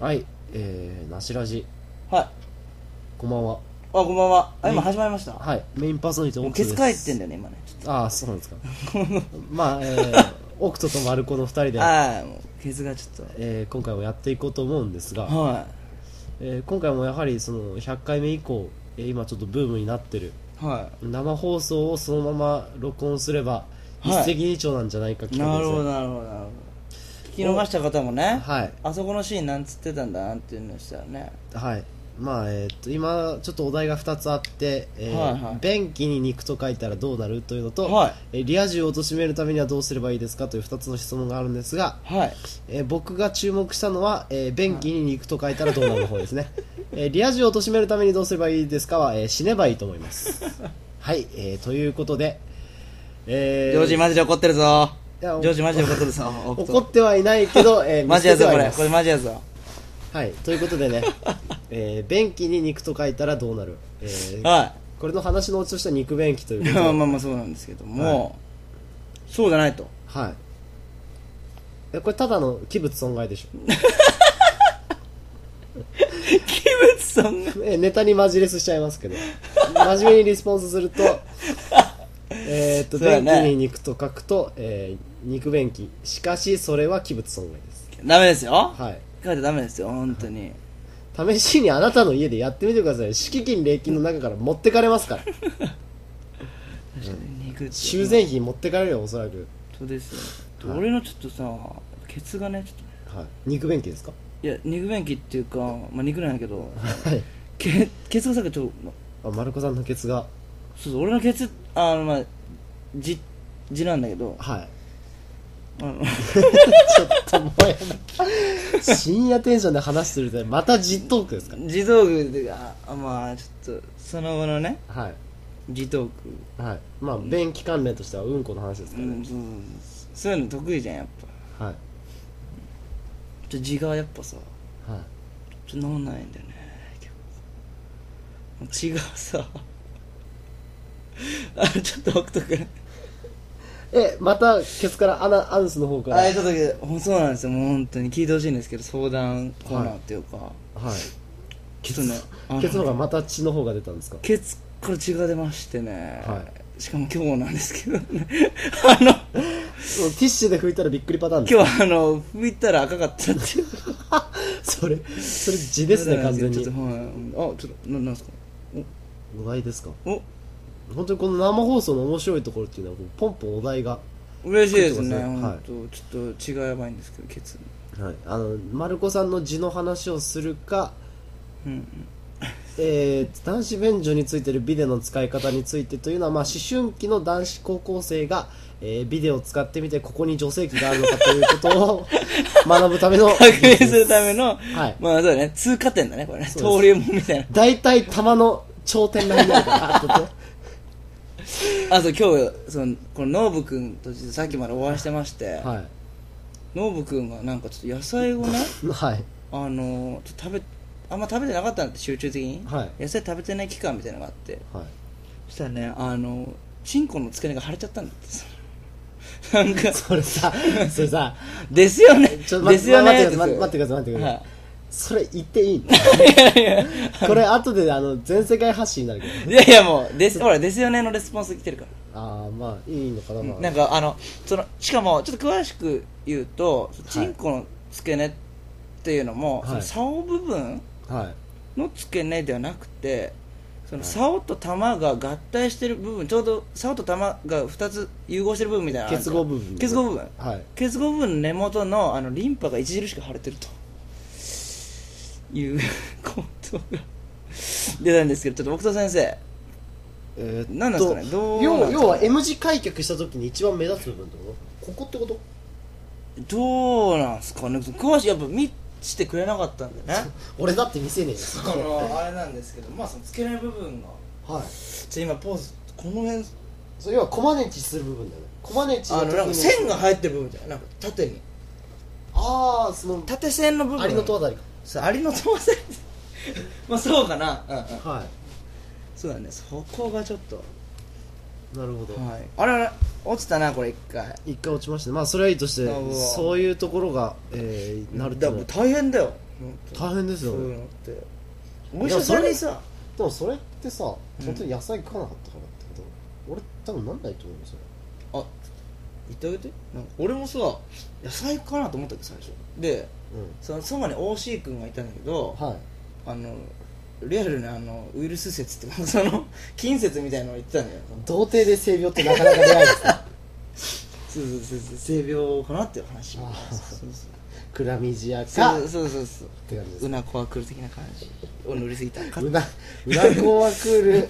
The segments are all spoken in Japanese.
はい、えー、なしラジ、はい。あ、こんばんは。こんばんは。あ、ね今始まりました。はい、メインパーソナリティもう奥ケです。ツ帰ってんだよね、今ね。ああ、そうなん ですか。まあ、えー、奥とと丸子の二人で、はい。もうケツがちょっえー、今回もやっていこうと思うんですと。が、はえー、今回もやはりその100回目以降、えー今ちょっとブームになってる、い。は生放送をそのまま録音すれば、はい一石二鳥なんじゃないかい。企画なでるすねほど、なるほど、なるほど。聞き逃した方もね、はい、あそこのシーンなんつってたんだなっていうのでしたよね。はい。まあえー、と今、ちょっとお題が2つあって、えーはいはい便器に肉と書いたらどうなるというのと、はいえーリア充を貶めるためにはどうすればいいですかという2つの質問があるんですが、はい。えー僕が注目したのは、えー便器に肉と書いたらどうなるの方ですね、えーリア充を貶めるためにどうすればいいですかは、えー死ねばいいと思いますはい、えーということで、えジョージマジで怒ってるぞ。いジやョージマジで怒ってるぞ。怒ってはいないけど、えー マジやぞ、見捨ててはいこれ。ますこれマジやぞ。はい、ということでね、えー便器に肉と書いたらどうなる、えーはこれの話のオチとしては肉便器といい。うこまあと まであまあそうなんですけども、そうじゃない と。はいえこれただの器物損害でし器物さんが。ょえネタにマジレスしちゃいますけど真面目にリスポンスす るとえーっと、そうだ便器ねに肉と書くと、えー肉便器しかしそれは器物損害ですダメですよ。はい書いてダメですよ、本当に。試しにあなたの家でやってみてください敷金礼金の中から持ってかれますから確かに肉って修繕費持ってかれるよおそらく、そうですよ、はい俺のちょっとさケツがねちょっはい、肉便器ですかといや肉便器っていうかまあ肉なんやけどはいケケツがさちょっとあ丸子さんのケツがそうそう俺のケツあのまあじじなんだけどはいあのちょっともうやだ深夜テンションで話するとまた実トークですか自動具であまあちょっとその後のねはい自動はいまあ便器関連としてはうんこの話ですか具、らねうん、、そうそうそうそういうの得意じゃんやっぱはいちょっと字がやっぱさはいちょっと治んないんだよね結構血がさ あちょっと北斗君えまたケツからアナアンスの方からあはあいいうことでほんそうなんですよもう本当に聞いてほしいんですけど相談コーナーっていうか、ケちょっとねあのケツの方がまた血の方が出たんですかケツから血が出ましてね、はしかも今日なんですけどね あのもうティッシュで拭いたらびっくりパターンです今日あの拭いたら赤かったっていう それそれ血ですね完全ちょっとにはいあちょっとななんですかお題ですかお本当にこの生放送の面白いところっていうのはこうポンポンお題が嬉しいですね来てますねはい本当、ちょっと血がやばいんですけどケツはいあの丸子さんの血の話をするかうんえー男子便所についてるビデオの使い方についてというのは、まあ、思春期の男子高校生が、えービデオを使ってみてここに女性器があるのかということ を学ぶための確認するための、はいまあそうだね通過点だねこれねそう登竜門みたいな大体玉の頂点ラインなんだなってあと今日そのこのノーブ君と実はさっきまでお会いしてまして、てはノブ君がなんかちょっと野菜をねいはいあのちょっと食べあんま食べてなかったんだって集中的に、はい野菜食べてない期間みたいなのがあってはいそしたらねあのチンコの付け根が腫れちゃったんだって なんかそれさそれさですよねちょっと待でっすてよね待って待ってください待ってください待ってください、はいそれ言っていいこれ後であの全世界発信になるけどいやいやもうですほらですよねのレスポンス来てるからああまあいいのかな、まあ、なんかあのそのしかもちょっと詳しく言うとチンコの付け根っていうのも、はいその竿部分はいの付け根ではなくてそのはい竿と玉が合体してる部分ちょうど竿と玉が2つ融合してる部分みたいなのあるじ結ゃん合部分結合部分はい結合部分の根元のあのリンパが著しく腫れてるという ことが出たんですけどちょっと奥田先生えーっと何なんですかねどうなん要ですかね要は M 字開脚した時に一番目立つ部分ってことここってことどうなんですかね詳しいやっぱ見してくれなかったんでね俺だって見せねえよだからあれなんですけどまあその付け根部分がはいじゃ今ポーズこの辺それ要はコマネチする部分だよねコマネチのあ時のになんか線が入ってる部分じゃないなんか縦にああその縦線の部分アリの塔あたりそうアリの塔線 まあそうかなうんうんかはいそうだねそこがちょっとなるほど、はいあれあれ落ちたなこれ一回一回落ちましたねまあそれはいいとしてなるほどそういうところが、えー、なるってだいうかのらは大変だよ本当大変ですよそうねいうのってお医者さんにさでもそれってさうん本当に野菜食わなかったからってけど、俺多分なんないと思うんですよあ言ってあげてなんか俺もさ野菜食わなと思ったけど最初でうそのそばに OC 君がいたんだけどんはいあのリアルなあのウイルス説っていうか その近説みたいなのを言ってたんだよ童貞で性病ってなかなか出ないです ねそうそうそうそう性病かなっていう話あーそうそうクラミジアかそうそうそうそっうて感じですうなこは来る的な感じを乗りすぎたかうなうなこはクール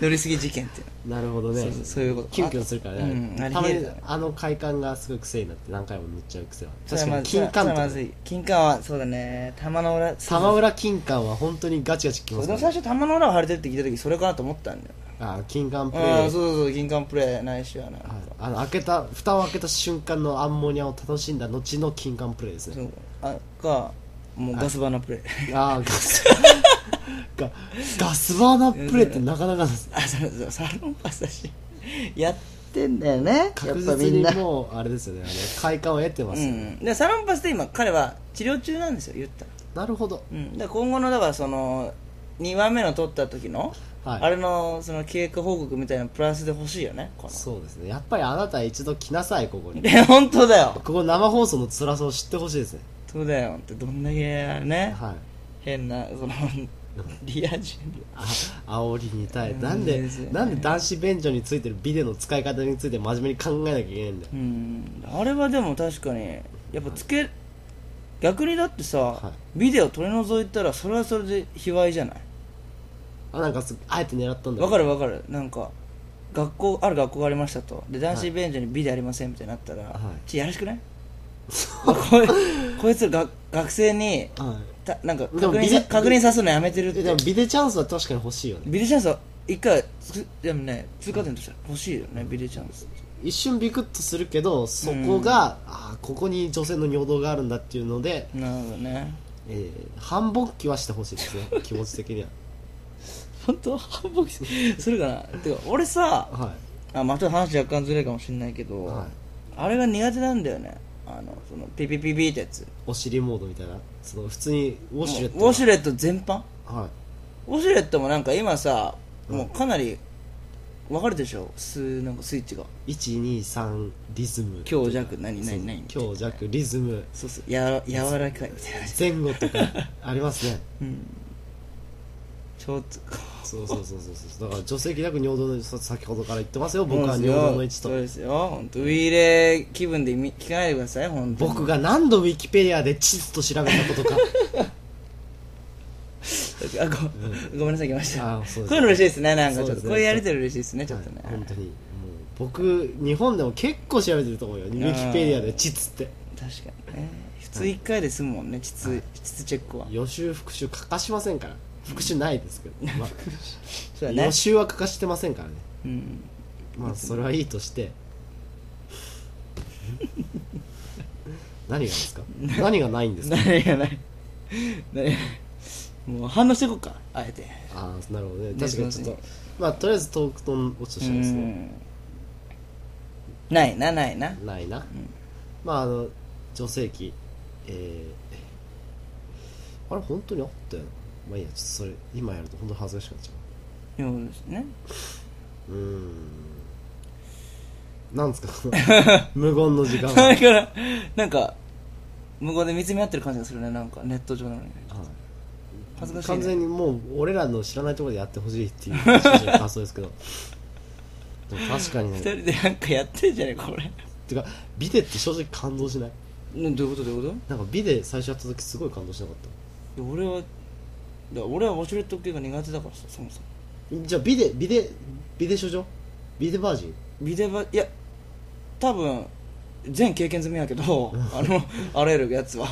乗りすぎ事件っていうなるほどねそうそうそういうことキュンキュンするからね、うんありたまえるにあの快感がすごい癖になって何回も塗っちゃう癖はそれ確はかまにずそ金れは管とまかずい金管はそうだね玉の裏玉浦金管は本当にガチガチきそまうすでかもら最ね初玉の裏を腫れてるって聞いた時それかなと思ったんだよあ金管プレイああそうそう金管プレイないしはなはいあの開けた蓋を開けた瞬間のアンモニアを楽しんだ後の金管プレイですそねうあかもうガスバナプレイ ああガスガガスバーナープレイってなかなかですあそうそうサロンパスだしやってんだよねや確っぱ実みんになもうあれですよねあの快感を得てまうすよね、んでサロンパスで今彼は治療中なんですよ言ったらなるほどうん、で今後のだからその2話目の撮った時の、はいあれのその経過報告みたいなのプラスで欲しいよねこそうですねやっぱりあなた一度来なさいここにの 本当だよここ生放送の辛さを知ってほしいですねそうだよってどんだけあれねはい変なそのリア充にあ煽りに耐えうんなんでですよねなんで男子便所についてるビデオの使い方について真面目に考えなきゃいけないんだようんあれはでも確かにやっぱつけ、逆にだってさ、はビデオ取り除いたらそれはそれで卑猥じゃないあなんかすあえて狙ったんだわかるるわかるなんか学校ある学校がありましたとで男子便所にビデオありませんみたいになったら、はいちょやらしくない こいこいつらが学生にはたなんかでも確ビ認デさ確認させるのやめてるっいてでもビデチャンスは確かに欲しいよねビデチャンスは一回つでもね通過点として欲しいよねビデチャンス一瞬ビクッとするけどそこが、あーここに女性の尿道があるんだっていうので、なるほどねえー反勃起はしてほしいですね 気持ち的には本当反復するかなてか俺さはあまあちょっと話若干ずれるかもしれないけい、ど、はい、あれが苦手なんだよねあのそのピピピピってやつお尻モードみたいなその普通にウウォシュレットウォシュレット全般はいウォシュレットもなんか今さうんもうかなり分かるでしょすなんかスイッチが123リズム強弱何何何強弱リズムそうそうやわ柔らかいみたいな前後とかあります ねうんちょっとそうそうそうそうそうだから女性気楽尿道のさ先ほどから言ってますよ僕は尿道の位置とそうですよ本当ウィーレ気分でみ聞かないでください本当に僕が何度ウィキペディアで地図と調べたこと かあご,、ごめんなさい来ましたあそうですこういうの嬉しいですねなんかちそうょっでと、すねこういうやりとり嬉しいですねちょっとね、はい本当にもう僕日本でも結構調べてると思うよウィキペディアで地図って確かにね普通1回で済むもんね膣はい膣チェックは予習復習欠かしませんから復習ないです けど、まあそうだね予習は欠かしてませんからねうんまあそれはいいとして 何がです か何がないんですか何がない何がないもう反応していこうかあえてああなるほどねね確かにちょっすいとままあとりあえずトークトン落ちとしてですねうんないなないなないな、まああの女性器えー、あれ本当にあったよなまあいいやちょっとそれ今やると本当に恥ずかしくなっちゃようですねううーんなんですかこの 無言の時間は、はだい、からなんか向こうで見つめ合ってる感じがするねなんかネット上なのに恥ずかしい、ね、完全にもう俺らの知らないところでやってほしいっていう感想ですけどでも確かに二ね人でなんかやってんじゃねえかこれてかビデって正直感動しないどういうことどういうこなんかビデ最初やった時すごい感動しなかったといや俺はだから俺はウォシュレット系が苦手だからさそもそもじゃあビデビデビデ処女ビデバージンビデバいや多分全経験済みやけどあのあらゆるやつは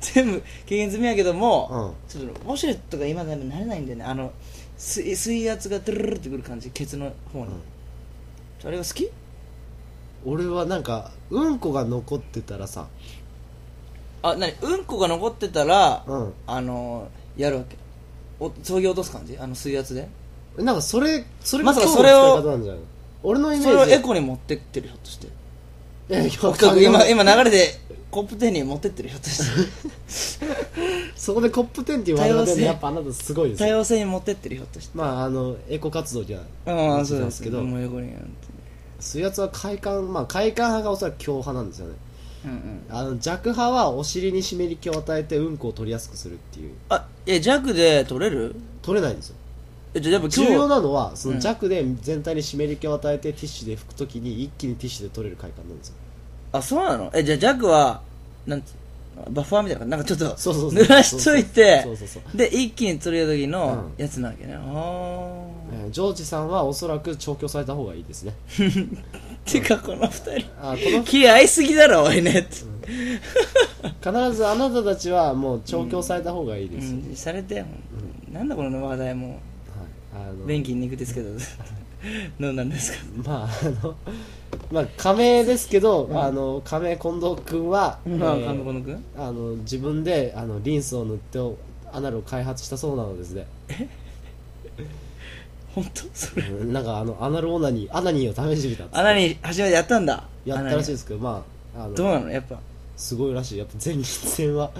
全部経験済みやけども、ちょっとウォシュレットが今から慣れないんだよねあの水水圧がドゥルルルってくる感じケツの方に、あれが好き俺はなんかうんこが残ってたらさあ何うんこが残ってたら、うんあのやるわけおそぎ落とす感じあの水圧でなんかそれそれがまさか今日それの使をい方なんじゃないの俺のイメそれをージエコに持ってってるひょっとしてえ今今流れでコップ10に持ってってるひょっと してそこでコップ10って言われるのでやっぱあなたすごいです多よ様性に持ってってるひょっとしてまああのエコ活動にはああそそううなんでですすけけどどもう横になんて水圧は快感まあ快感派がおそらく強派なんですよねうんうんあの弱派はお尻に湿り気を与えてうんこを取りやすくするっていうあえ弱で取れる取れないんですよえじゃあやっぱ重今日要なのはそうのん弱で全体に湿り気を与えてティッシュで拭くときに一気にティッシュで取れる快感なんですよあそうなのえじゃあ弱はなんつバッファーみたいななんかちょっとそうそうそう濡らしといてそうそうそうで一気に取れる時のうんやつなわけね、ああえージョージさんはおそらく調教された方がいいですねてかこの二人あこの気合いすぎだろおいねって、必ずあなたたちはもう調教された方がいいです、うん、されてよ、なんだこの話題もはい、あの便器に肉ですけど どうなんですかまああのまあ仮名ですけど、あの仮名近藤君は、えまあー神子のくんあの自分であのリンスを塗っておアナルを開発したそうなのですね本当それうんなんかあのアナルオナニーアナニーを試してみたっつって穴に初めてやったんだやったらしいですすけどまああどうのなのやっぱすごいらしいやっぱ前立腺は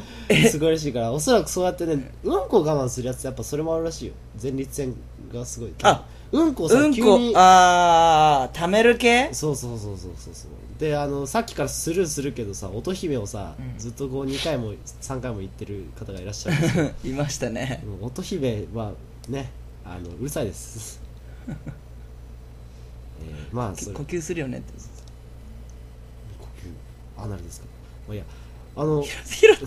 すごいらしいからおそらくそうやってねうんこを我慢するやつやっぱそれもあるらしいよ前立腺がすごいあうんこをさ、うん急こにああ溜める系 そうそうそうそうそうそうであのさっきからスルーするけどさ乙姫をさ、うんずっとこう2回も3回も言ってる方がいらっしゃる んですけいましたねどうん乙姫はねあのうるさいです えーまあそれ呼呼吸吸するよねってアナルですか、まあ、いやあの拾った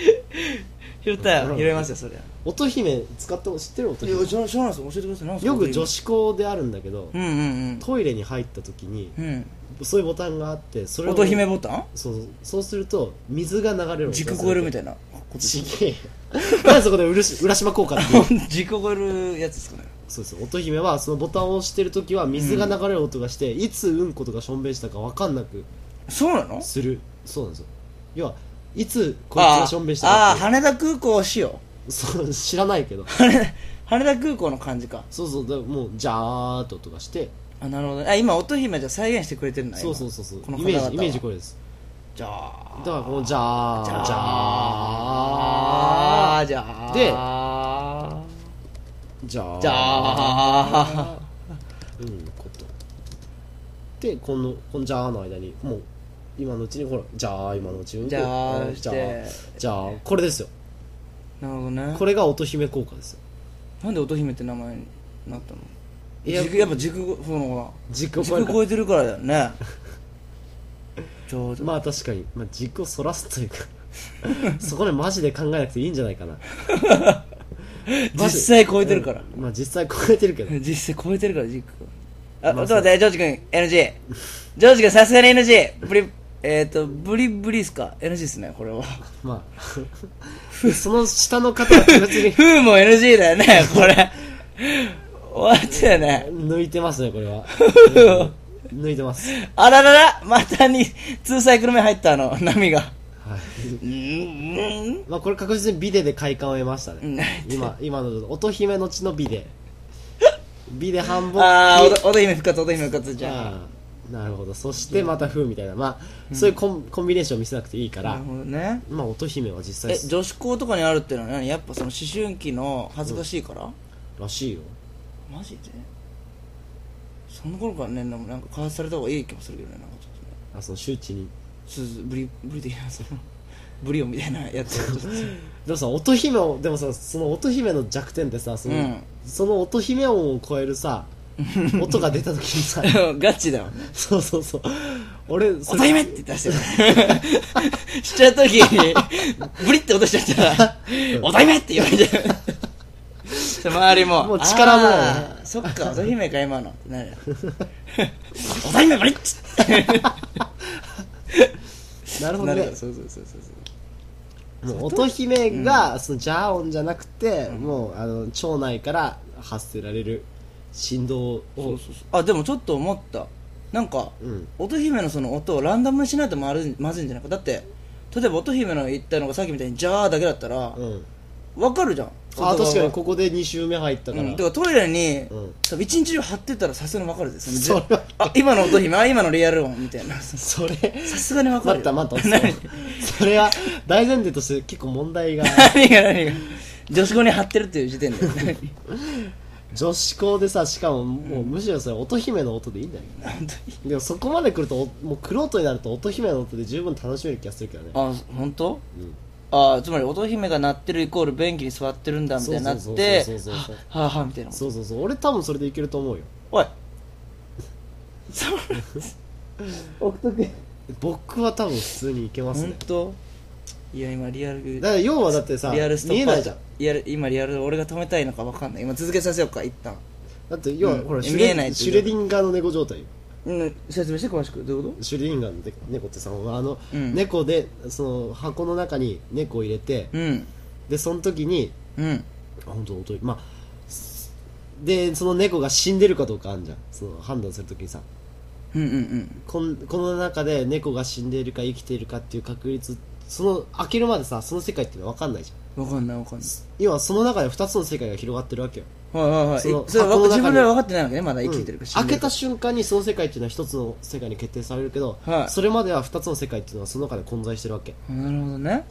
拾ったうよん拾いますよそりゃ乙姫使っても知ってる乙姫ょうがないです教えてくださいなんすかよく女子校であるんだけど、うんうんトイレに入った時にうんうんそういうボタンがあってそれを乙姫ボタそうそうすると水が流れるン軸超えるみいなたいなことちげえよなんでそこでうるし浦島効果っていう 軸超えるやつですかねそうです乙姫はそのボタンを押してる時は水が流れる音がして、いつうんことかしょんべんしたか分かんなくそうなのするそうなんですよ要はいつこいつがしょんべんしたかあっーてあー羽田空港しよそう知らないけどう 羽田羽田空港の感じかそうそうだもうジャーっと音がしてあなるほどねあ今乙姫じゃ再現してくれてるんだそうそうそうそうこのイ方メ々ーはジイメージこれですじゃあだからこのジャーじゃあジャーあじゃあででジャーじゃあうんことでこのこのジャーの間にもう今のうちにほらジャー今のうちにうんこじゃあうんしてじゃあこれですよなるほどねこれが乙姫効果ですよなんで乙姫って名前になったのいや軸やっぱ軸そうなのか軸なを超え軸るか超えてるからだ よねちょうど、まあ確かに、まあ、軸を反らすというか そこでマジで考えなくていいんじゃないかな実際超えてるから、うんまあ実際超えてるけど実際超えてるから軸あ、まあちょっと待ってジョージ君 NG ジョージ君さすがに NG ブリえっ、とブリブリっすか NG っすねこれは まあ その下の方は別にフーも NG だよねこれ終わったよね 抜いてますねこれは抜いてますあらららまたに2サイクル目入ったあの波がはいうーんまあこれ確実にビデで快感を得ましたうんね今今の乙姫の血のビデビデ半分ああお乙姫復活乙姫復活じゃんああなるほどそしてまた風みたいなまあ、そういうコンコンビネーションを見せなくていいかならる、ほどねまあ乙姫は実え際女子校とかにあるってのは何やっぱその思春期の恥ずかしいから、らしいよマジでその頃からねなんかなんか開発された方がいい気もするけどねなんかちょっとねあその周知にスズブリブリ的なそのブリオみたいなやつをちょっとでもさ乙姫をでもさその乙姫の弱点ってさその,、うんその乙姫音を超えるさ 音が出た時にさ ガチだよそうそうそう俺そ乙姫って出してる しちゃう時にブリって落としちゃっ たら「乙姫!」って言われちゃう周りももう力もないあーそっか乙姫か今のってなる乙姫ブリッつってなるほなどるかねらそうそうそうそうそうもう乙姫がそのジャー音じゃなくて、もうあの腸内から発せられる振動をあでもちょっと思ったなんか、うん乙姫のその音をランダムにしないとまずいまずいんじゃないかだって例えば乙姫の言ったのがさっきみたいに「じゃあ」だけだったら、うんわかるじゃんあ外側確かにここで2周目入ったから、うん、だからトイレに、うん多分一日中貼ってたらさすがに分かるでそのそれはあ今の音姫あ今のリアル音みたいな さそれすがに分か待るったよ待 ったそれは大前提として結構問題が 何が何が女子校に貼ってるっていう時点で 女子校でさしかももうむしろそれ乙姫の音でいいんだよ本でもそこまで来るとおもうクロートになると乙姫の音で十分楽しめる気がするけどね当にあ本当うんあつまり乙姫が鳴ってるイコール便器に座ってるんだみたいになっそうてそうそうそうそうはははみたいなそうそうそう俺多分それでいけると思うよおいそれ奥徳僕は多分普通にいけますね本当いや今リアルだから要はだってさリアルスト見ッえパなーいじゃんリアル今リアル俺が止めたいのか分かんない今続けさせようか一旦だって要は、うんほらシュ見えレないっていシうュレディンガーの猫状態ようん説明して詳しくどういうこシュレディンガーの猫ってさあの、うん猫でその箱の中に猫を入れて、とうんでその時にうんあ本当本当にまあすでその猫が死んでるかどうかあんじゃんその判断するときにさうんうんうんこんこの中で猫が死んでいるか生きているかっていう確率その開けるまでさその世界っていうのは分かんないじゃん分かんない分かんない要はその中で2つの世界が広がってるわけよはいはいはいそのえそれ箱のは中に自分では分かってないわけねまだ生きてうるかん死ん開でけるかた瞬間にその世界っていうのは一つの世界に決定されるけど、はいそれまでは2つの世界っていうのはその中で混在してるわけなるほどねっ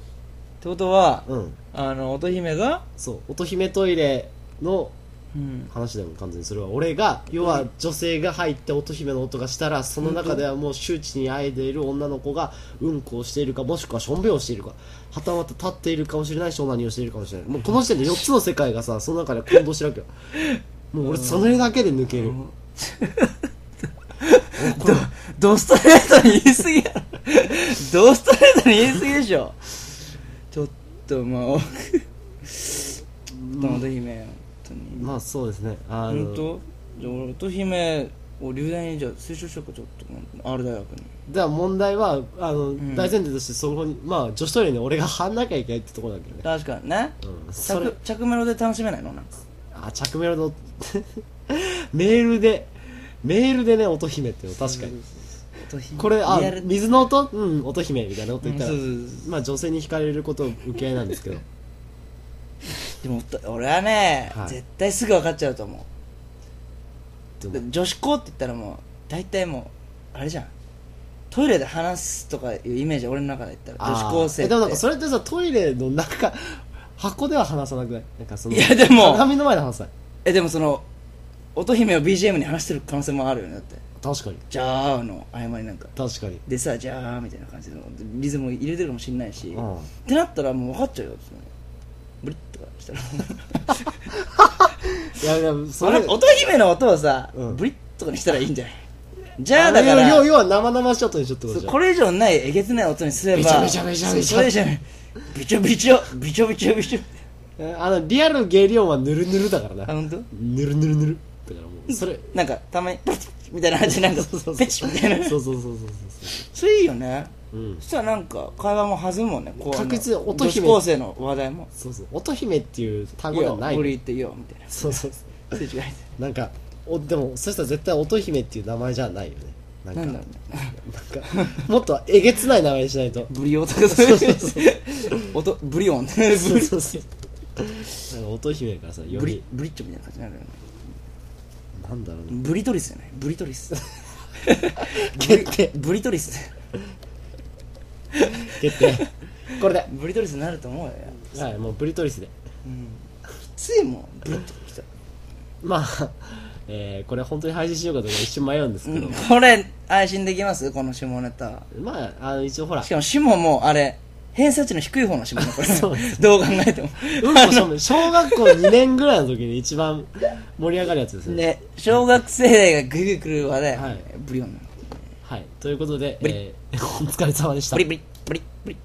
てことはうんあの乙姫がそう乙姫トイレのうん話でも完全にそれは俺が要は女性が入って乙姫の音がしたらその中ではもう周知にあえている女の子がうんこをしているかもしくはしょんべんをしているかはたまた立っているかもしれないしオナニーをしているかもしれないもうこの時点で4つの世界がさその中で混同してるわけよもう俺それだけで抜けるどドストレートに言い過ぎやろドストレートに言い過ぎでしょちょっとまあ奥乙姫本当にまあそうですねあの本当じゃあ俺乙姫を留大にじゃあ推奨しようかちょっとあれ大学にでは問題はあの、ん大前提としてそこにまあ女子トイレに俺が貼んなきゃいけないってところだけどね、確かにねうん、それ着着メロで楽しめないのなんかあ着メロの メールでメールでね乙姫っていうの確かに乙姫これあリアル水の音うん乙姫みたいなこと言ったら、うんそうそうそうまあ女性に惹かれることを受け合いなんですけどでもと俺はね、はい絶対すぐ分かっちゃうと思でうも で女子校って言ったらもう大体もうあれじゃんトイレで話すとかいうイメージ俺の中で言ったらあー女子高生っえてでもなんかそれってさトイレの中箱では話さなくないなんかそのいやでも鏡の前で話さないえでもその乙姫を BGM に話してる可能性もあるよねだって確かにじゃあの合間になんか確かにでさじゃあみたいな感じでリズムを入れてるかもしれないし、うっんてなったらもう分かっちゃうよってねブリッとかしたらいやでもそそれれ乙姫の音をさ、うんブリッとかにしたらいいんじゃないじゃあだかあらの要要は生々しい音にしようってことそうじゃんこれ以上ないえげつない音にすればびちょびちょびちょびちょそうそれじゃないびちょびちょびちょびちょびちょえーあのリアルゲリオンはぬるぬるだからあな本当？ぬるぬるぬるだからもうそれなんかたまにプチッみたいな感じでなんかペチッみたい なそうそうそうそうそうそれいいよねそううんそしたらなんか会話も弾むもんねこうあの確実に音女姫子高生の話題もそうそう乙姫っていう「単い語いではよない無理言っていいよ」みたいなそうそうそすれ違えうなんかおでもそしたら絶対乙姫っていう名前じゃないよねなてんかなんだろうねなんかもっとえげつない名前にしない とブリオとかそうそうそういう音ブリオンブリそうそうそうなんか乙姫からさよブリりブリッジみたいな感じになるよねなんだろうねブリトリスじゃないブリトリス 決定ブリトリス決定これでブリトリスになると思うよ、はいもうブリトリスでうん、きついもんブリッときたまあ、 えーこれ本当に配信しようかどうか一瞬迷うんですけど、これ配信できますこの下ネタまああの一応ほらしかも下もあれ偏差値の低い方の下ねこれそうどう考えてもうんこしょんべん小学校2年ぐらいの時に一番盛り上がるやつですねね小学生がグイグイ来る話で、はいブリオンなのはいということで、ブリえー お疲れ様でしたブリブリブリブリ